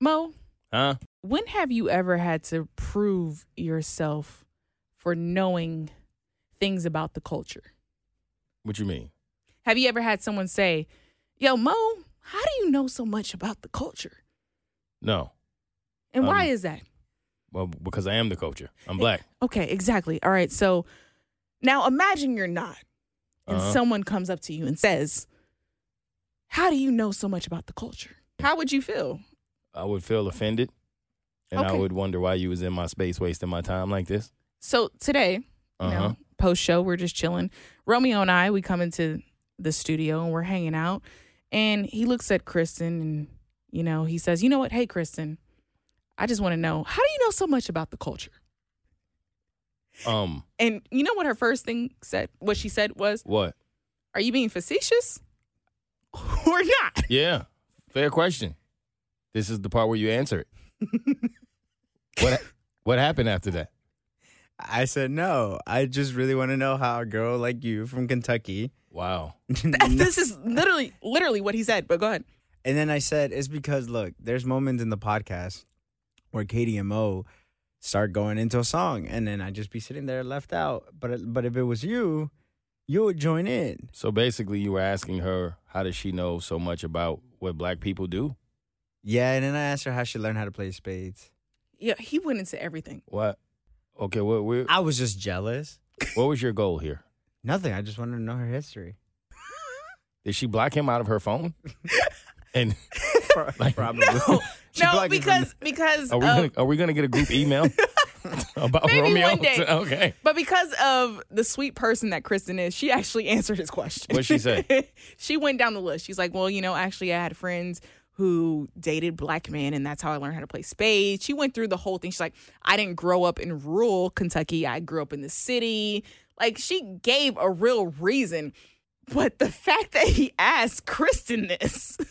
Mo, Huh? when have you ever had to prove yourself for knowing things about the culture? What you mean? Have you ever had someone say, Yo, Mo, how do you know so much about the culture? No. And why Um, is that? Well, because I am the culture. I'm black. Okay, exactly. All right. So now imagine you're not, and Uh-huh. someone comes up to you and says, How do you know so much about the culture? How would you feel? I would feel offended, and I Okay. would wonder why you was in my space wasting my time like this. So today, Uh you huh. know, post show, we're just chilling. Romeo and I, we come into the studio and we're hanging out. And he looks at Kristen and, you know, he says, You know what? Hey, Kristen, I just want to know, how do you know so much about the culture? Um. And you know what her first thing said, what she said was, What? Are you being facetious or not? Yeah. Fair question. This is the part where you answer it. what What happened after that? I said, no, I just really want to know how a girl like you from Kentucky. Wow. this is literally, literally what he said, but go ahead. And then I said, it's because look, there's moments in the podcast where Katie and Mo start going into a song, and then I just be sitting there left out. But but if it was you, you would join in. So basically, you were asking her how does she know so much about what black people do? Yeah, and then I asked her how she learned how to play spades. Yeah, he went into everything. What? Okay. What? What, I was just jealous. what was your goal here? Nothing. I just wanted to know her history. Did she block him out of her phone? And Pro- Like- Probably. No, She no, blocked me from- because because are we of- gonna, are we gonna get a group email about Oh. Maybe Romeo? one day. Okay. But because of the sweet person that Kristen is, she actually answered his question. What'd she say? she went down the list. She's like, well, you know, actually, I had friends who dated black men, and that's how I learned how to play spades. She went through the whole thing. She's like, I didn't grow up in rural Kentucky. I grew up in the city. Like, she gave a real reason. But the fact that he asked Kristen this,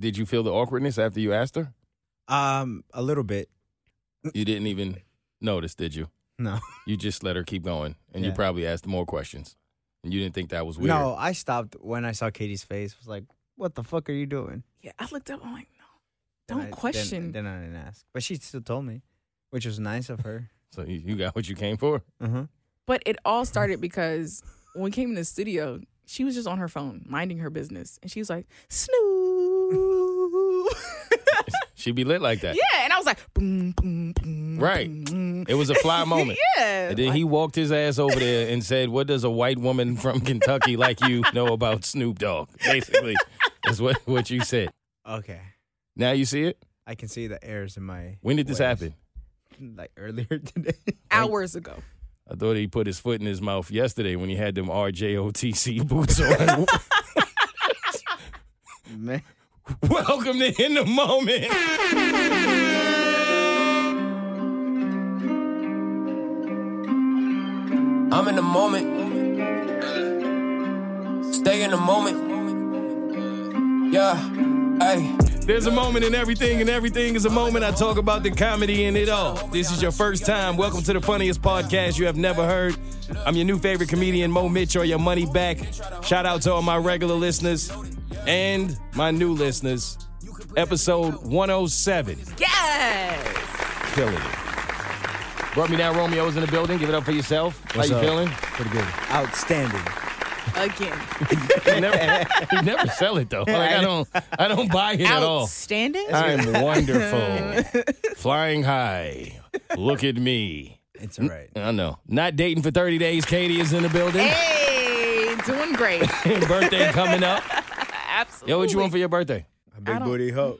Did you feel the awkwardness after you asked her? Um, a little bit. You didn't even notice, did you? No. You just let her keep going, and you Yeah. probably asked more questions, and you didn't think that was weird. No, I stopped when I saw Katie's face. Was like, what the fuck are you doing? yeah, I looked up. I'm like, Then Don't I- then- question. Then, I didn't ask, but she still told me, which was nice of her. So you, you got what you came for. Uh-huh. But it all started because when we came in the studio, she was just on her phone, minding her business. And she was like, Snoo. She be lit like that. yeah. And I was like, boom, boom, boom. Right. boom." It was a fly moment. Yeah. And then he walked his ass over there and said, "What does a white woman from Kentucky like you know about Snoop Dogg?" Basically, is what what you said. Okay, Now you see it. I can see the errors in my. When did this ways. happen? Like earlier today. hours ago. I thought he put his foot in his mouth yesterday when he had them RJOTC boots on. Man. Welcome to In the Moment. I'm in the moment. Stay in the moment. Yeah, hey. There's a moment in everything, and everything is a moment. I talk about the comedy in it all. This is your first time. Welcome to the funniest podcast you have never heard. I'm your new favorite comedian, Mo Mitch, or your money back. Shout out to all my regular listeners and my new listeners. Episode 107. Yes. Killing it. Brought me down, Romeo's in the building. Give it up for yourself. How you feeling? Pretty good. Outstanding. Again. You never, you never sell it though. Like, I don't, I don't buy it at all. Uh, Outstanding. I'm wonderful, flying high. Look at me. It's all right. I know. Not dating for 30 days. Katie is in the building. Hey, doing great. birthday coming up. Absolutely. Yo, what you want for your birthday? A I big don't- booty hoe.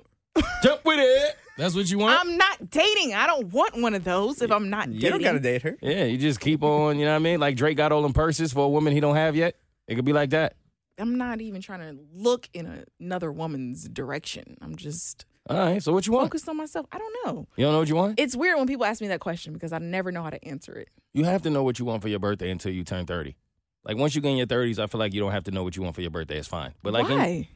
Jump with it. That's what you want. I'm not dating. I don't want one of those if I'm not dating. You don't gotta date her. yeah, you just keep on. You know what I mean? Like Drake got all them purses for a woman he don't have yet. It could be like that. I'm not even trying to look in a- another woman's direction. I'm just All right. So what you want? focused on myself. I don't know. You don't know what you want? It's weird when people ask me that question because I never know how to answer it. You have to know what you want for your birthday until you turn 30. Like once you get in your 30s, I feel like you don't have to know what you want for your birthday. It's fine. But like in- Why?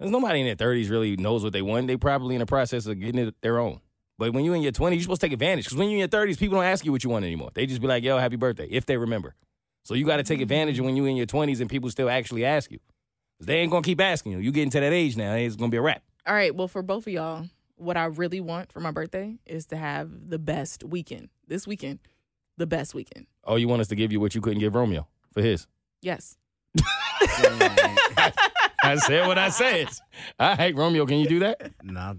There's nobody in their 30s really knows what they want. They probably in the process of getting it their own. But when you're in your 20s, you're supposed to take advantage. Because when you're in your 30s, people don't ask you what you want anymore. They just be like, yo, happy birthday, if they remember. So you got to take advantage when you're in your 20s and people still actually ask you. 'Cause they ain't going to keep asking you. You getting to that age now. It's going to be a wrap. All right. Well, for both of y'all, what I really want for my birthday is to have the best weekend. This weekend, the best weekend. Oh, you want us to give you what you couldn't give Romeo for his? Yes. I said what I said. All right, Romeo, can you do that? Nah,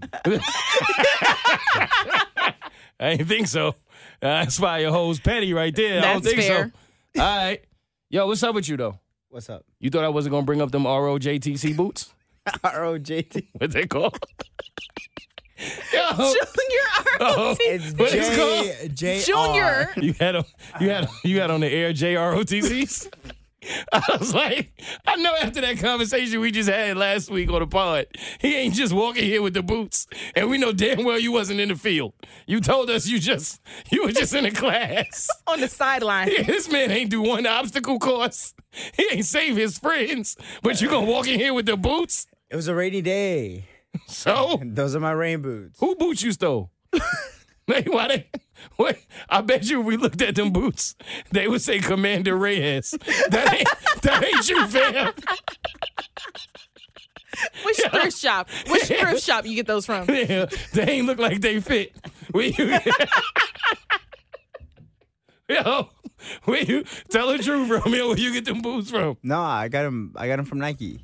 I didn't think so. Uh, that's why your hoe's petty right there. I don't That's think fair. so. All right. Yo, what's up with you, though? what's up? You thought I wasn't going to bring up them ROJTC boots? R O J T. What they called? Yo. Junior ROTC. Oh. It's What is it J J Junior. You had on, you had you had on the air JROTCs. I was like, I know after that conversation we just had last week on the pod, he ain't just walking here with the boots. And we know damn well you wasn't in the field. You told us you just you were just in a class. on the sideline. This man ain't do one obstacle course. He ain't save his friends. But you gonna walk in here with the boots? It was a rainy day. So Those are my rain boots. who boots you stole? like, why they? What? I bet you if we looked at them boots, they would say Commander Reyes. That ain't, that ain't you, fam. Which thrift shop? Which thrift shop you get those from? Yeah, they ain't look like they fit. Will you? Yo, where you tell the truth, Romeo? Where you get them boots from? No, I got them. I got them from Nike.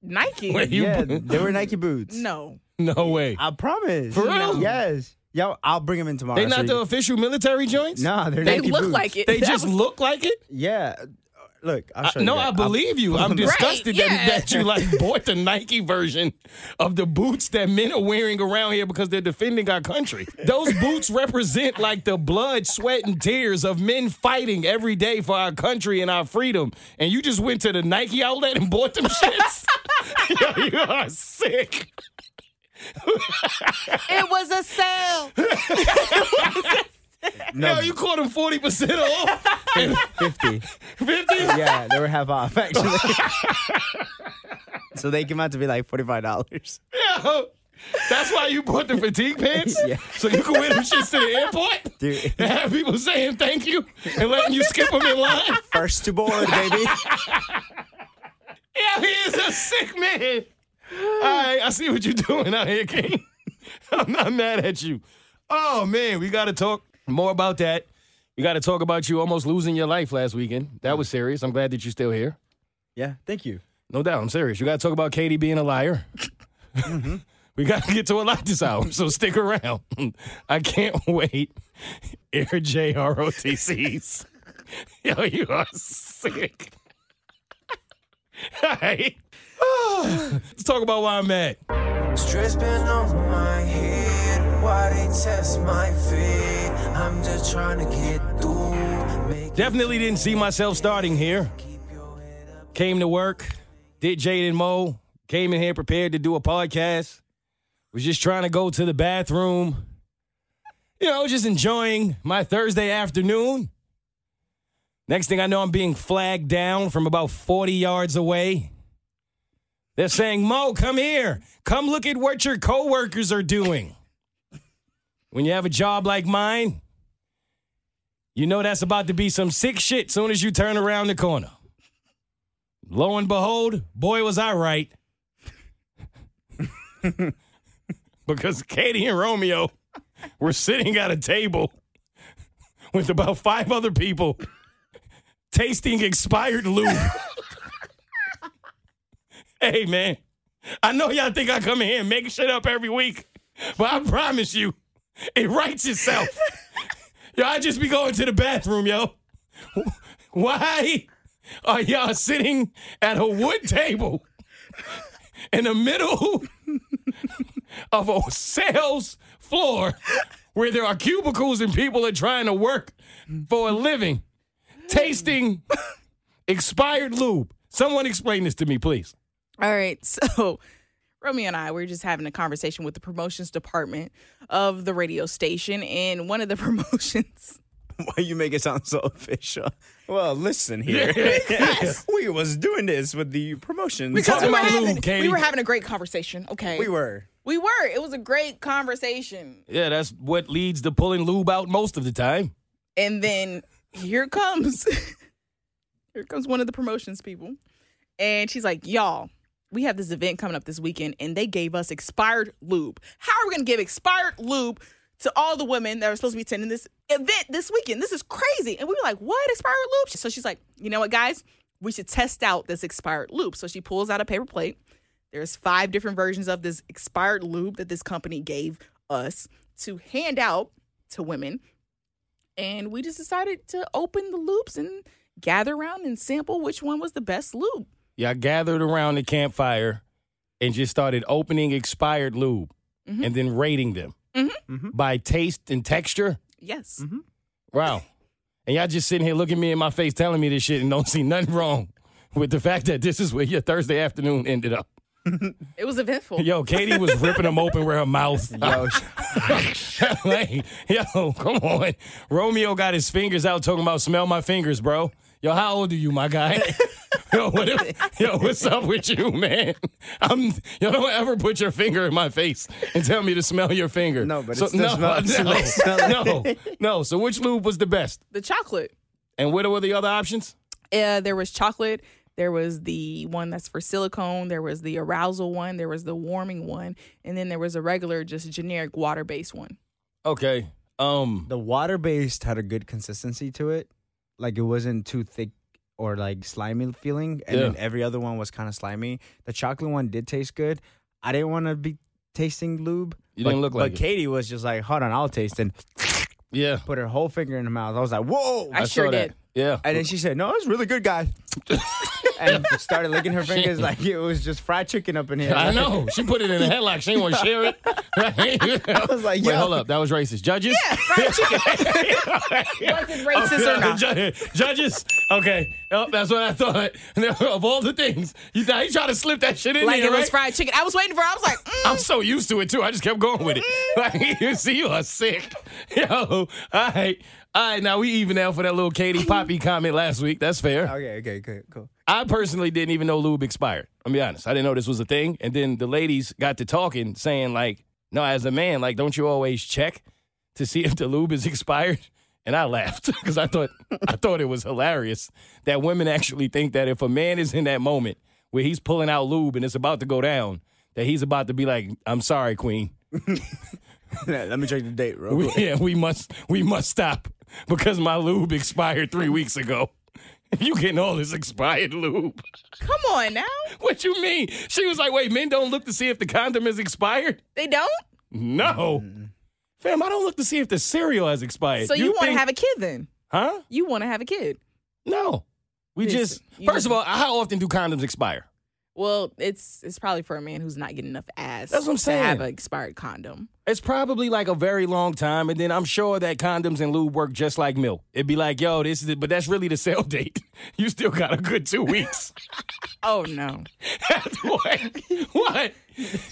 Nike. Where you? yeah, they were Nike boots. No. No way. I promise. For real? Yes. Yo, I'll bring them in tomorrow. Oh. They so not you the can- official military joints. No, they're They Nike look boots. like it. they That just was- look like it. Yeah. Look, I'll show you. Uh, no, that. I I'll- believe you. I'm disgusted yeah. that, that you like bought the Nike version of the boots that men are wearing around here because they're defending our country. Those boots represent like the blood, sweat, and tears of men fighting every day for our country and our freedom. And you just went to the Nike outlet and bought them shits. Yo, you are sick. It was a sale. Yo, you caught them 40% off. 50. 50? yeah, they were half off actually. so they came out to be like forty five dollars. Yo. That's why you bought the fatigue pants? Yeah. So you can wear them shits to the airport? Dude, and have people saying thank you and letting you skip them in line. first to board, baby. Yeah, he is a sick man. All right, I see what you're doing out here, King. I'm not mad at you. Oh man, we got to talk more about that. We got to talk about you almost losing your life last weekend. That was serious. I'm glad that you're still here. Yeah, thank you. No doubt, I'm serious. You got to talk about Katie being a liar. we got to get to a lot this hour, so stick around. I can't wait. Air JROTCs. Yo, you are sick. All right. Let's talk about why I'm mad. Stress been on my head. Why they test my feet? I'm just trying to get through. Make Definitely didn't see myself starting here. Came to work, did Jaden Mo, came in here prepared to do a podcast. Was just trying to go to the bathroom. You know, just enjoying my Thursday afternoon. Next thing I know, I'm being flagged down from about 40 yards away. They're saying, Mo, come here. Come look at what your coworkers are doing. When you have a job like mine, you know that's about to be some sick shit soon as you turn around the corner. Lo and behold, boy was I right. because Katie and Romeo were sitting at a table with about five other people tasting expired lube. hey man, I know y'all think I come in here and make shit up every week, but I promise you, it writes itself. Yo, I just be going to the bathroom, yo. Why are y'all sitting at a wood table in the middle of a sales floor where there are cubicles and people are trying to work for a living, tasting expired lube? Someone explain this to me, please. All right. So Romeo and I we were just having a conversation with the promotions department of the radio station, and one of the promotions. Why you make it sound so official? Well, listen here. we was doing this with the promotions. Because- Talk we, were about lube, having, Katie. we were having a great conversation. Okay. we were. We were. It was a great conversation. Yeah, that's what leads to pulling lube out most of the time. And then here comes here comes one of the promotions people. And she's like, Y'all, we have this event coming up this weekend, and they gave us expired lube. How are we gonna give expired lube to all the women that are supposed to be attending this event this weekend? This is crazy. And we were like, what expired lube? So she's like, you know what, guys, we should test out this expired lube. So she pulls out a paper plate. There's five different versions of this expired lube that this company gave us to hand out to women. And we just decided to open the loops and gather around and sample which one was the best lube. Y'all gathered around the campfire and just started opening expired lube and then rating them by taste and texture. Yes. Mm-hmm. Wow. And y'all just sitting here looking me in my face telling me this shit and don't see nothing wrong with the fact that this is where your Thursday afternoon ended up. It was eventful. Yo, Katie was ripping them open with her mouth. Yo, like, yo, come on. Romeo got his fingers out talking about smell my fingers, bro. Yo, how old are you, my guy? yo, what if- yo, what's up with you, man? I'm yo, don't ever put your finger in my face and tell me to smell your finger. No, but it's the smell- it's no, the smell. no, no. So which lube was the best? The chocolate. And what were the other options? Uh, there was chocolate. There was the one that's for silicone. There was the arousal one. There was the warming one. And then there was a regular, just generic water based one. Okay. Um The water based had a good consistency to it. Like it wasn't too thick or like slimy feeling. And then Yeah. every other one was kind of slimy. The chocolate one did taste good. I didn't want to be tasting lube. You but, didn't look like But it. Katie was just like, hold on, I'll taste and yeah. put her whole finger in her mouth. I was like, whoa. I sure saw that. did. Yeah. and then she said, no, it's really good, guys. and started licking her fingers like it was just fried chicken up in here. I know. She put it in a headlock. She didn't want to share it. I was like, Wait, yo. hold up. That was racist. Judges? Was it racist or not? Judge- Judges? Okay. Yep, that's what I thought. of all the things, you thought he tried to slip that shit in Like there, it was right? fried chicken. I was waiting for it. I was like, mm. I'm so used to it, too. I just kept going with it. Mm-hmm. Like, you see, you are sick. Yo, all right. All right, now we even out for that little Katie Poppy comment last week. That's fair. Okay, okay, good, cool. I personally didn't even know lube expired. I'll be honest. I didn't know this was a thing. And then the ladies got to talking, saying, like, no, as a man, like, don't you always check to see if the lube is expired? And I laughed because I thought I thought it was hilarious that women actually think that if a man is in that moment where he's pulling out lube and it's about to go down, that he's about to be like, I'm sorry, Queen. Let me check the date real We, yeah, we must we must stop because my lube expired three weeks ago. You getting all this expired lube. come on now. What you mean? She was like, wait, men don't look to see if the condom is expired? They don't? No. Fam, I don't look to see if the cereal has expired. So you, want to think- have a kid then? Huh? You want to have a kid. No. We Listen, just you first just- of all, how often do condoms expire? Well, it's it's probably for a man who's not getting enough ass. That's what I'm To have saying. an expired condom. It's probably like a very long time, and then I'm sure that condoms and lube work just like milk. It'd be like, yo, this is it, but that's really the sale date. You still got a good two weeks. Oh no. what? what?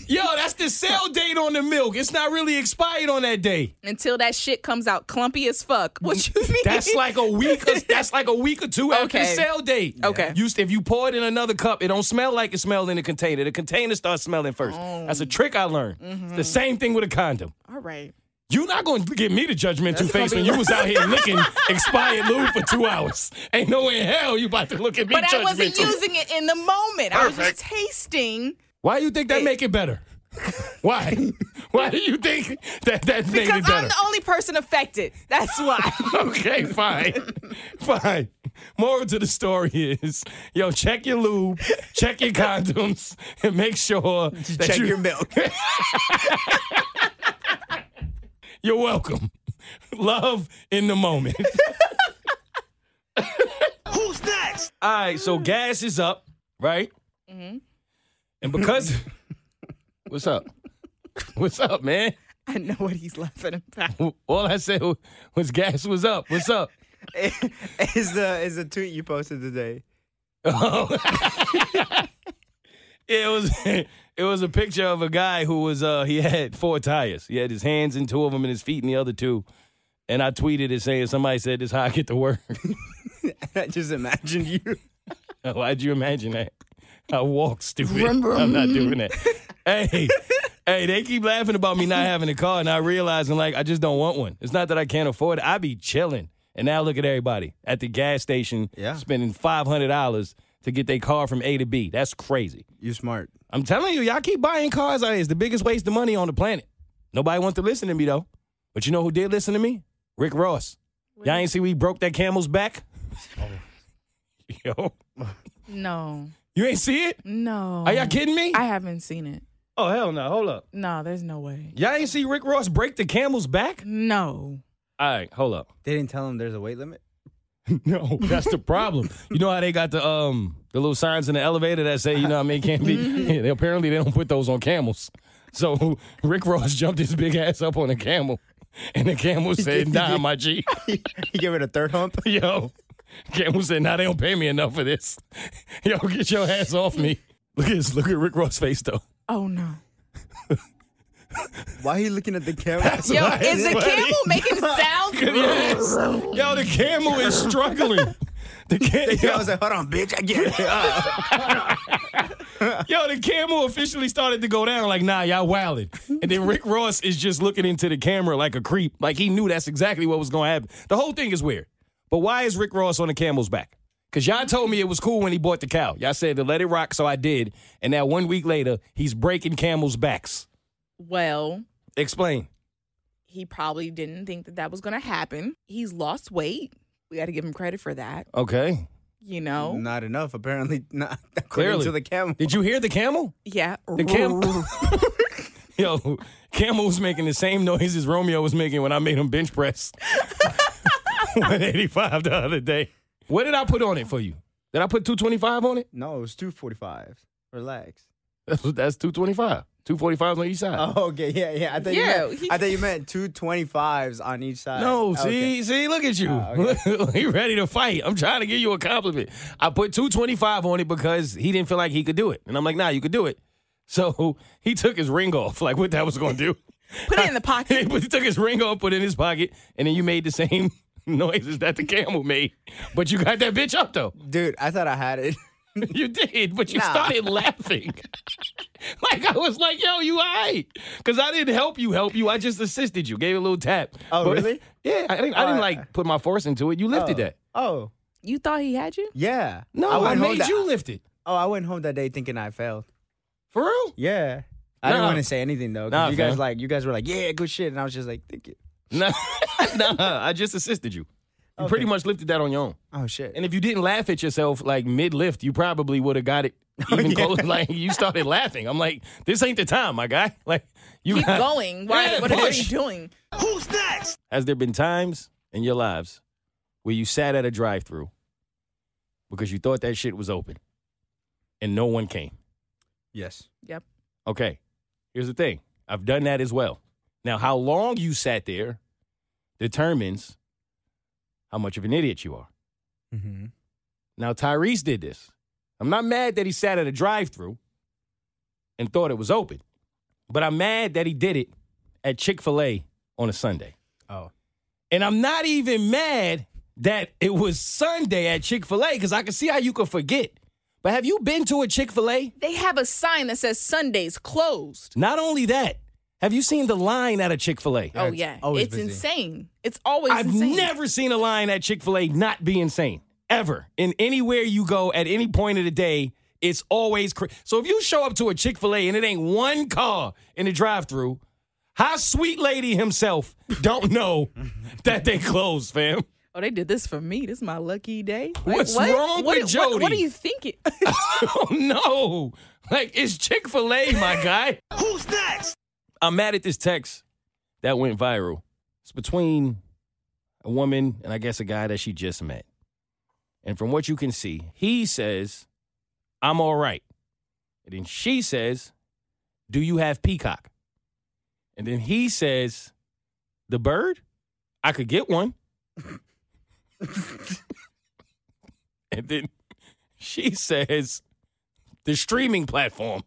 Yo, that's the sale date on the milk. It's not really expired on that day. Until that shit comes out clumpy as fuck. What you mean? That's like a week. Or, that's like a week or two after the Okay. sale date. Okay. You, if you pour it in another cup, it don't smell like it smelled in the container. The container starts smelling first. Mm. That's a trick I learned. Mm-hmm. It's the same thing with a condom. All right. You're not going to get me the judgment two face when you was out here licking expired lube for two hours. Ain't no way in hell you about to look at me But I judgmental. wasn't using it in the moment. I was just tasting Why you think that make it better? Why? Why do you think that that made because it better? I'm the only person affected. That's why. okay, fine. fine. Moral to the story is yo, check your lube, check your condoms, and make sure that Check you, your milk. you're welcome. Love in the moment. Who's next? All right, so gas is up, right? And because. What's up? What's up, man? I know what he's laughing about. All I said was gas was up. What's up? is the is the tweet you posted today? Oh. it was it was a picture of a guy who was uh he had four tires. He had his hands in two of them and his feet in the other two. And I tweeted it saying somebody said this is how I get to work. I just imagined you. Why'd you imagine that? I walk stupid. I'm not doing that. Hey, hey, they keep laughing about me not having a car and I realizing like I just don't want one. It's not that I can't afford it. I be chilling. And now look at everybody at the gas station Yeah. spending five hundred dollars to get their car from A to B. That's crazy. You smart. I'm telling you, y'all keep buying cars. It's the biggest waste of money on the planet. Nobody wants to listen to me though. But you know who did listen to me? Rick Ross. Y'all ain't see we broke that camel's back. Oh. Yo, No, you ain't see it? no. Are y'all kidding me? I haven't seen it. Mm. oh hell no! Hold up. No, there's no way. Y'all ain't see Rick Ross break the camel's back? No. All right, hold up. They didn't tell him there's a weight limit. No, that's the problem. You know how they got the um the little signs in the elevator that say, you know what I mean, can't be. Yeah, they, apparently they don't put those on camels. So Rick Ross jumped his big ass up on a camel, and the camel said, "Nah, my G, he gave it a third hump. yo." Camel said, "Nah, they don't pay me enough for this. Yo, get your ass off me." Look at this. Look at Rick Ross' face though. Oh no. Why are you looking at the camera? That's Yo, why is the it's funny. camel making sounds? Yes. Yo, the camel is struggling. The camel. I was like, hold on, bitch, I get it. Yo, the camel officially started to go down. Like, nah, y'all wildin'. And then Rick Ross is just looking into the camera like a creep. Like he knew that's exactly what was gonna happen. The whole thing is weird. But why is Rick Ross on the camel's back? Cause y'all told me it was cool when he bought the cow. Y'all said to let it rock, so I did. And now one week later, he's breaking camels' backs. well, Explain. he probably didn't think that that was going to happen. He's lost weight. We got to give him credit for that, Okay. you know. Not enough, apparently. Not according Clearly. to the camel. Did you hear the camel? Yeah. The camel. Yo, camel was making the same noises Romeo was making when I made him bench press 185 the other day. What did I put on it for you? Did I put 225 on it? No, it was two forty five. Relax. That's, that's 225. 245 on each side. Oh, okay, yeah, yeah. I thought Yeah, you meant, he- I thought you meant two twenty fives on each side. No, Oh, Okay. see, see, look at you. Oh, he ready to fight. I'm trying to give you a compliment. I put 225 on it because he didn't feel like he could do it. And I'm like, nah, you could do it. So he took his ring off, like what that was going to do. Put it in the he pocket. put- he took his ring off, put it in his pocket, and then you made the same noises that the camel made. But you got that bitch up though. dude, I thought I had it. You did, but you Nah. started laughing. like I was like, yo, you all right. Cause I didn't help you help you. I just assisted you, gave you a little tap. Oh, really? Yeah, I didn't, I Oh, didn't I- like put my force into it. You lifted oh. that. Oh, You thought he had you? yeah. No, I, went home made that- you lift it. Oh, I went home that day thinking I failed. For real? Yeah. I Nah. didn't want to say anything though. 'cause Nah, you guys fam. like you guys were like, yeah, good shit, and I was just like, thank you. No, nah, I just assisted you. You pretty much lifted that on your own. Oh shit. And if you didn't laugh at yourself like mid lift, you probably would have got it Oh, even close. Like you started laughing. I'm like, this ain't the time, my guy. Like you Keep got- going. Why, Yeah, what are you push. doing? Has there been times in your lives where you sat at a drive through because you thought that shit was open and no one came? yes. Yep. Okay, here's the thing. I've done that as well. Now, how long you sat there determines how much of an idiot you are. Mm-hmm. Now Tyrese did this. I'm not mad that he sat at a drive-through and thought it was open, but I'm mad that he did it at Chick-fil-A on a Sunday. Oh. And I'm not even mad that it was Sunday at Chick-fil-A cuz I can see how you could forget. But have you been to a Chick-fil-A? They have a sign that says Sundays closed. Not only that, have you seen the line at a Chick-fil-A? Oh it's yeah. always It's busy. insane. It's always I've insane. never seen a line at Chick fil A not be insane, ever. In anywhere you go at any point of the day, it's always crazy. So if you show up to a Chick fil A and it ain't one car in the drive through, how sweet lady himself don't know that they closed, fam. Oh, they did this for me. This is my lucky day. Like, What's what? wrong what, with what- What, Jody? are you thinking? oh no. Like it's Chick-fil-A, my guy. Who's next? I'm mad at this text that went viral. It's between a woman and I guess a guy that she just met. And from what you can see, he says, I'm all right. And then she says, Do you have peacock? And then he says, The bird? I could get one. and then she says, the streaming platform.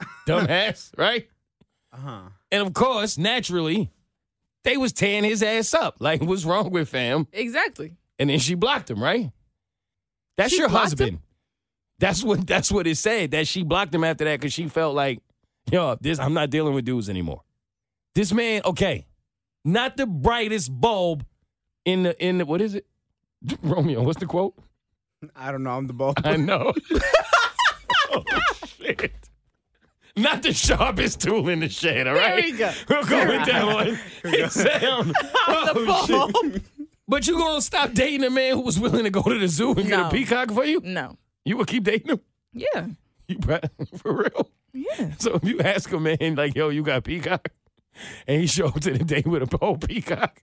Dumbass, right? Uh huh. And of course, naturally, they was tearing his ass up. Like, what's wrong with fam? exactly. And then she blocked him, right? That's She your blocked husband. him? That's what that's what it said. That she blocked him after that because she felt like, yo, this I'm not dealing with dudes anymore. This man, okay, not the brightest bulb in the in the what is it? Romeo, what's the quote? I don't know. I'm the ball. I know. oh, shit. Not the sharpest tool in the shed, all right? There you go. We'll go with that one. It sound- oh, shit. But you gonna stop dating a man who was willing to go to the zoo and get a No. peacock for you? No. You would keep dating him? Yeah. You pro- for real? Yeah. So if you ask a man like, "Yo, you got peacock," and he show up to the date with a whole peacock,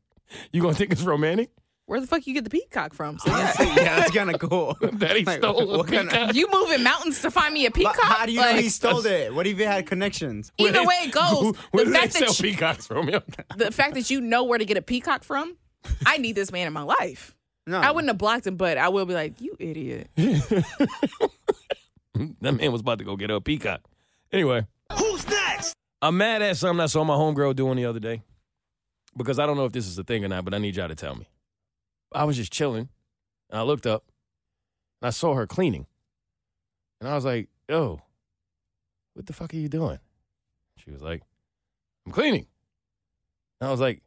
you gonna think it's romantic Where the fuck you get the peacock from? So yeah, that's kind of cool. that he Like, stole a what kind of- peacock? you moving mountains to find me a But peacock? How do you know Like, he stole it? What if he had connections? Where Either they- way it goes, Where the do they fact sell that you, peacocks from? Yo? the fact that you know where to get a peacock from, I need this man in my life. No, I wouldn't have blocked him, but I will be like, you idiot. That man was about to go get her a peacock. Anyway, who's next? I'm mad at something I saw my homegirl doing the other day because I don't know if this is a thing or not, but I need y'all to tell me. I was just chilling and I looked up and I saw her cleaning. And I was like, yo, what the fuck are you doing? She was like, I'm cleaning. And I was like,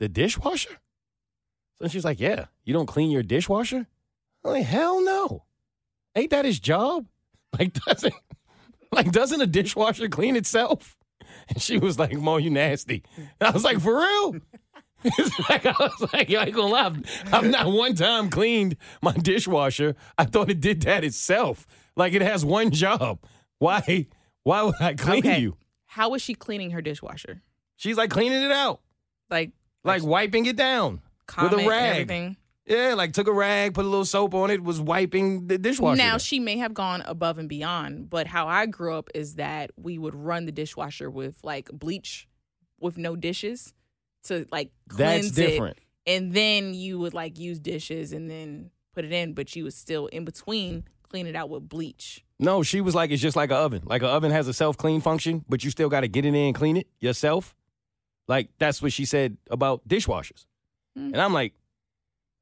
the dishwasher? So she's like, yeah, you don't clean your dishwasher? I'm like, hell no ain't that his job? Like doesn't like doesn't a dishwasher clean itself? And she was like, Mo, you nasty. And I was like, for real? It's like, I was like, yo, I ain't gonna lie. I've- I've not one time cleaned my dishwasher. I thought it did that itself. Like it has one job. Why why would I clean Okay. you? How was she cleaning her dishwasher? She's like cleaning it out. Like, Like wiping it down. comment with a and rag. everything. Yeah, like took a rag, put a little soap on it, was wiping the dishwasher. Now down. she may have gone above and beyond, but how I grew up is that we would run the dishwasher with like bleach with no dishes to like That's cleanse different. it, and then you would like use dishes and then put it in, but you would still in between clean it out with bleach. No, she was like, it's just like an oven. Like an oven has a self clean function, but you still got to get it in and clean it yourself. Like that's what she said about dishwashers. Hmm. And I'm like,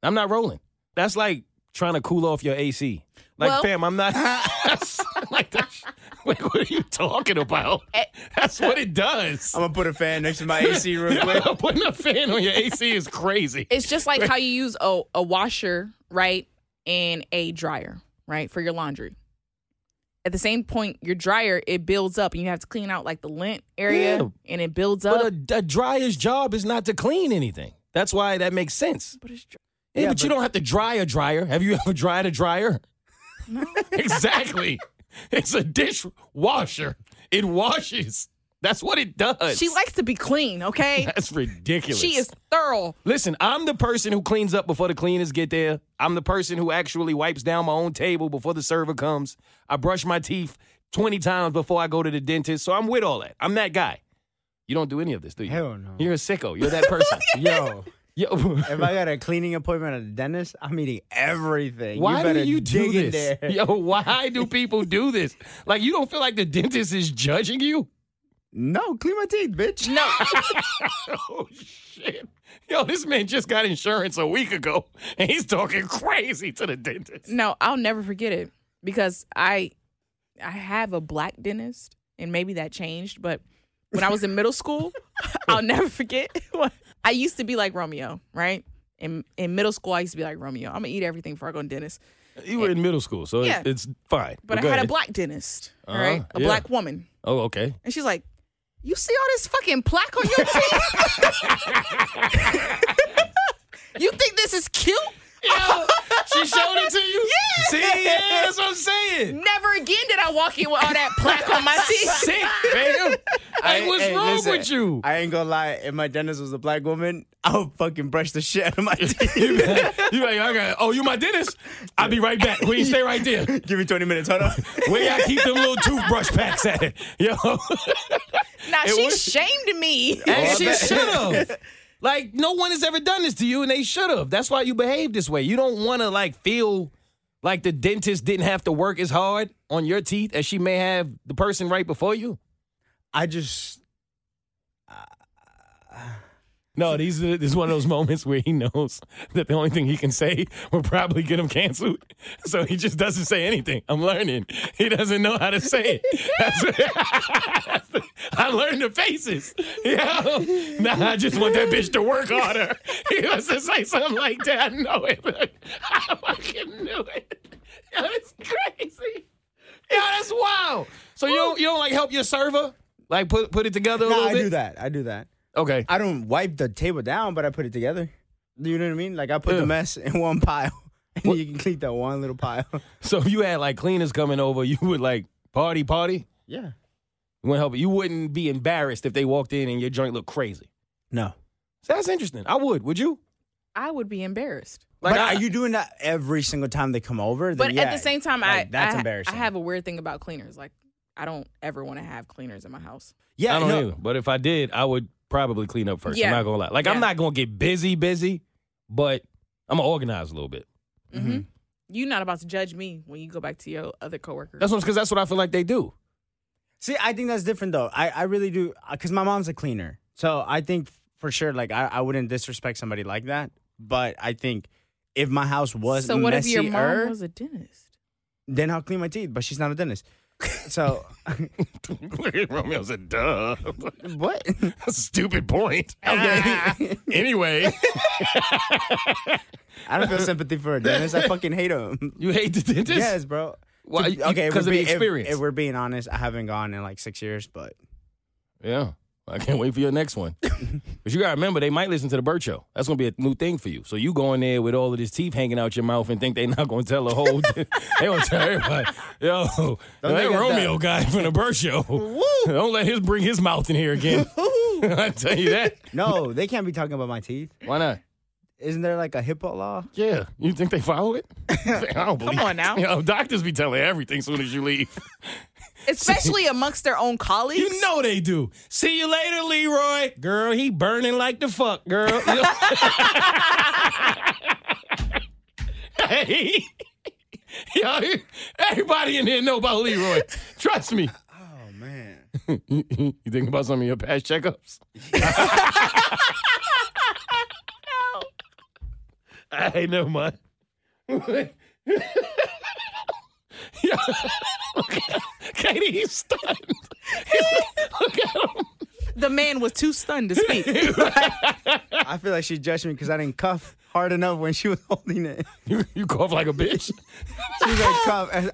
I'm not rolling. That's like trying to cool off your AC. Like, Well- fam, I'm not. like, that's, like, what are you talking about? Eh. That's what it does. I'm gonna put a fan next to my AC real quick. Putting a fan on your AC is crazy. It's just like how you use a, a washer, right, and a dryer, right, for your laundry. At the same point, your dryer it builds up, and you have to clean out like the lint area, Yeah. and it builds up. But a, a dryer's job is not to clean anything. That's why that makes sense. But it's dry. Yeah, Yeah, but, you but- don't have to dry a dryer. Have you ever dried a dryer? exactly. It's a dishwasher. It washes. That's what it does. She likes to be clean, okay? That's ridiculous. she is thorough. Listen, I'm the person who cleans up before the cleaners get there. I'm the person who actually wipes down my own table before the server comes. I brush my teeth 20 times before I go to the dentist. So I'm with all that. I'm that guy. You don't do any of this, do you? Hell no. You're a sicko. You're that person. Yo, Yo. if I got a cleaning appointment at the dentist, I'm eating everything. Why better do you dig do in this? there. Yo, why do people do this? Like, you don't feel like the dentist is judging you? No, clean my teeth, bitch. No. Oh, shit. Yo, this man just got insurance a week ago, and he's talking crazy to the dentist. No, I'll never forget it because I I have a black dentist, and maybe that changed. But when I was in middle school, I'll never forget. I used to be like Romeo, right? In in middle school, I used to be like Romeo. I'm gonna eat everything before I go to dentist. You were in middle school, so Yeah. it's, it's fine. But go I had a ahead. black dentist, Uh-huh, right? A yeah. black woman, Oh, okay. and she's like, "You see all this fucking plaque on your teeth? you think this is cute? Yo, she showed it to you? Yeah. See, yeah, that's what I'm saying. Never again did I walk in with all that plaque on my teeth." Sick, fam. Like, Hey, what's hey, wrong listen, with you? I ain't gonna lie. If my dentist was a black woman, I would fucking brush the shit out of my teeth. you like, okay. Oh, you my dentist? I'll be right back. Will you stay right there? Give me 20 minutes. Hold on. Where y'all keep them little toothbrush packs at? Yo. Now It she was- shamed me. and she bet. should have. Like, no one has ever done this to you, and they should have. That's why you behave this way. You don't want to, like, feel like the dentist didn't have to work as hard on your teeth as she may have the person right before you. I just. No, these are, this is one of those moments where he knows that the only thing he can say will probably get him canceled. So he just doesn't say anything. I'm learning. He doesn't know how to say it. That's- I learned the faces. You know? Nah, I just want that bitch to work harder. He was to say something like that. I know it. I fucking knew it. That's crazy. Yeah, that's wild. So you don't, you don't like help your server? Like put put it together a No, little I bit? do that. I do that. Okay. I don't wipe the table down, but I put it together. Do you know what I mean? Like I put Yeah. the mess in one pile, and you can clean that one little pile. So if you had like cleaners coming over, you would like party, party. yeah. You wouldn't help it. You wouldn't be embarrassed if they walked in and your joint looked crazy. No. So that's interesting. I would. Would you? I would be embarrassed. Like, but I- are you doing that every single time they come over? Then But at yeah, the same time, like, I that's I, embarrassing. I have a weird thing about cleaners. Like I don't ever want to have cleaners in my house. yeah, I don't no, either. But if I did, I would probably clean up first. Yeah. I'm not gonna lie. Like I'm Yeah. not gonna get busy, busy, but I'm gonna organize a little bit. Mm-hmm. You're not about to judge me when you go back to your other coworkers. That's because that's what I feel like they do. See, I think that's different though. I, I really do because my mom's a cleaner, so I think for sure like I, I wouldn't disrespect somebody like that. But I think if my house was so what if your messier, mom was a dentist? then I'll clean my teeth. But she's not a dentist, so Romeo said, "Duh." what? Stupid point. Ah. Okay. anyway, I don't feel sympathy for a dentist. I fucking hate him. you hate the dentist. yes, bro. Why- To- okay, because of we're the being- if- experience. If, we're being honest, I haven't gone in like six years, but Yeah. I can't wait for your next one. but you gotta remember, they might listen to the Bird Show. That's gonna be a new thing for you. So you go in there with all of this teeth hanging out your mouth and think they not gonna tell the whole. they gonna tell everybody, yo, that make us Romeo guy from the Bird Show. Don't let his bring his mouth in here again. I tell you that. no, they can't be talking about my teeth. Why not? Isn't there like a HIPAA law? Yeah, you think they follow it? I don't believe on it. now. Yo, doctors be telling everything soon as you leave. Especially amongst their own colleagues. You know they do. See you later, Leroy. Girl, he burning like the fuck, girl. hey. Yo, everybody in here know about Leroy. Trust me. Oh man. you thinking about some of your past checkups? I ain't never mind. Yeah. Katie, he's stunned. Look at him. the man was too stunned to speak. I feel like she judged me because I didn't cuff hard enough when she was holding it. You, you cough like a bitch. She was like, cuff. And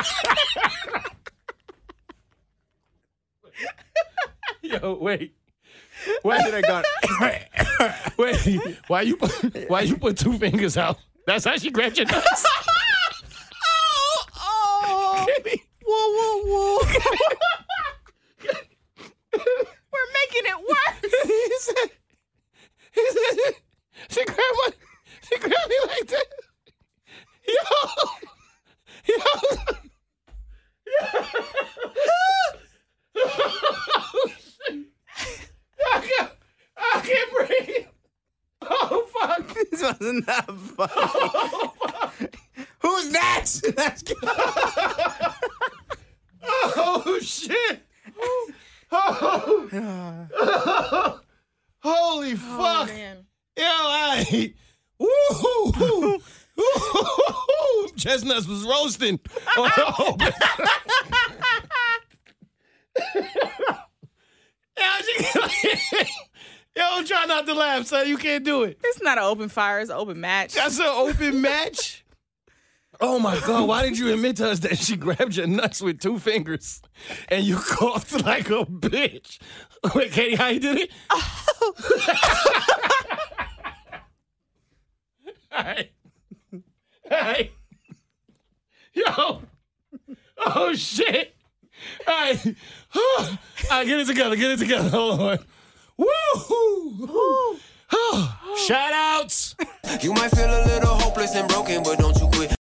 Yo, wait, I should have gone, wait. Why you put, why you put two fingers out? That's how she grabbed your nuts. oh, oh. Katie. Whoa, whoa, whoa. We're making it worse. he said, he said, she grabbed my, she grabbed me like that. Yo, yo. I can't, I can't breathe. Oh fuck! this wasn't that funny. Who's next? Let's go. Oh shit! Oh. Holy fuck! Oh, man. Yo, I woo woo chestnuts was roasting. Oh, man. yo, she- yo, try not to laugh, son. You can't do it. It's not an open fire, it's an open match. That's an open match. Oh my God, why did you admit to us that she grabbed your nuts with two fingers and you coughed like a bitch? Wait, Katie, how you did it? All right. All right. Yo. Oh shit. All right. All right, get it together. Get it together. Hold on. Woo! Shout outs. You might feel a little hopeless and broken, but don't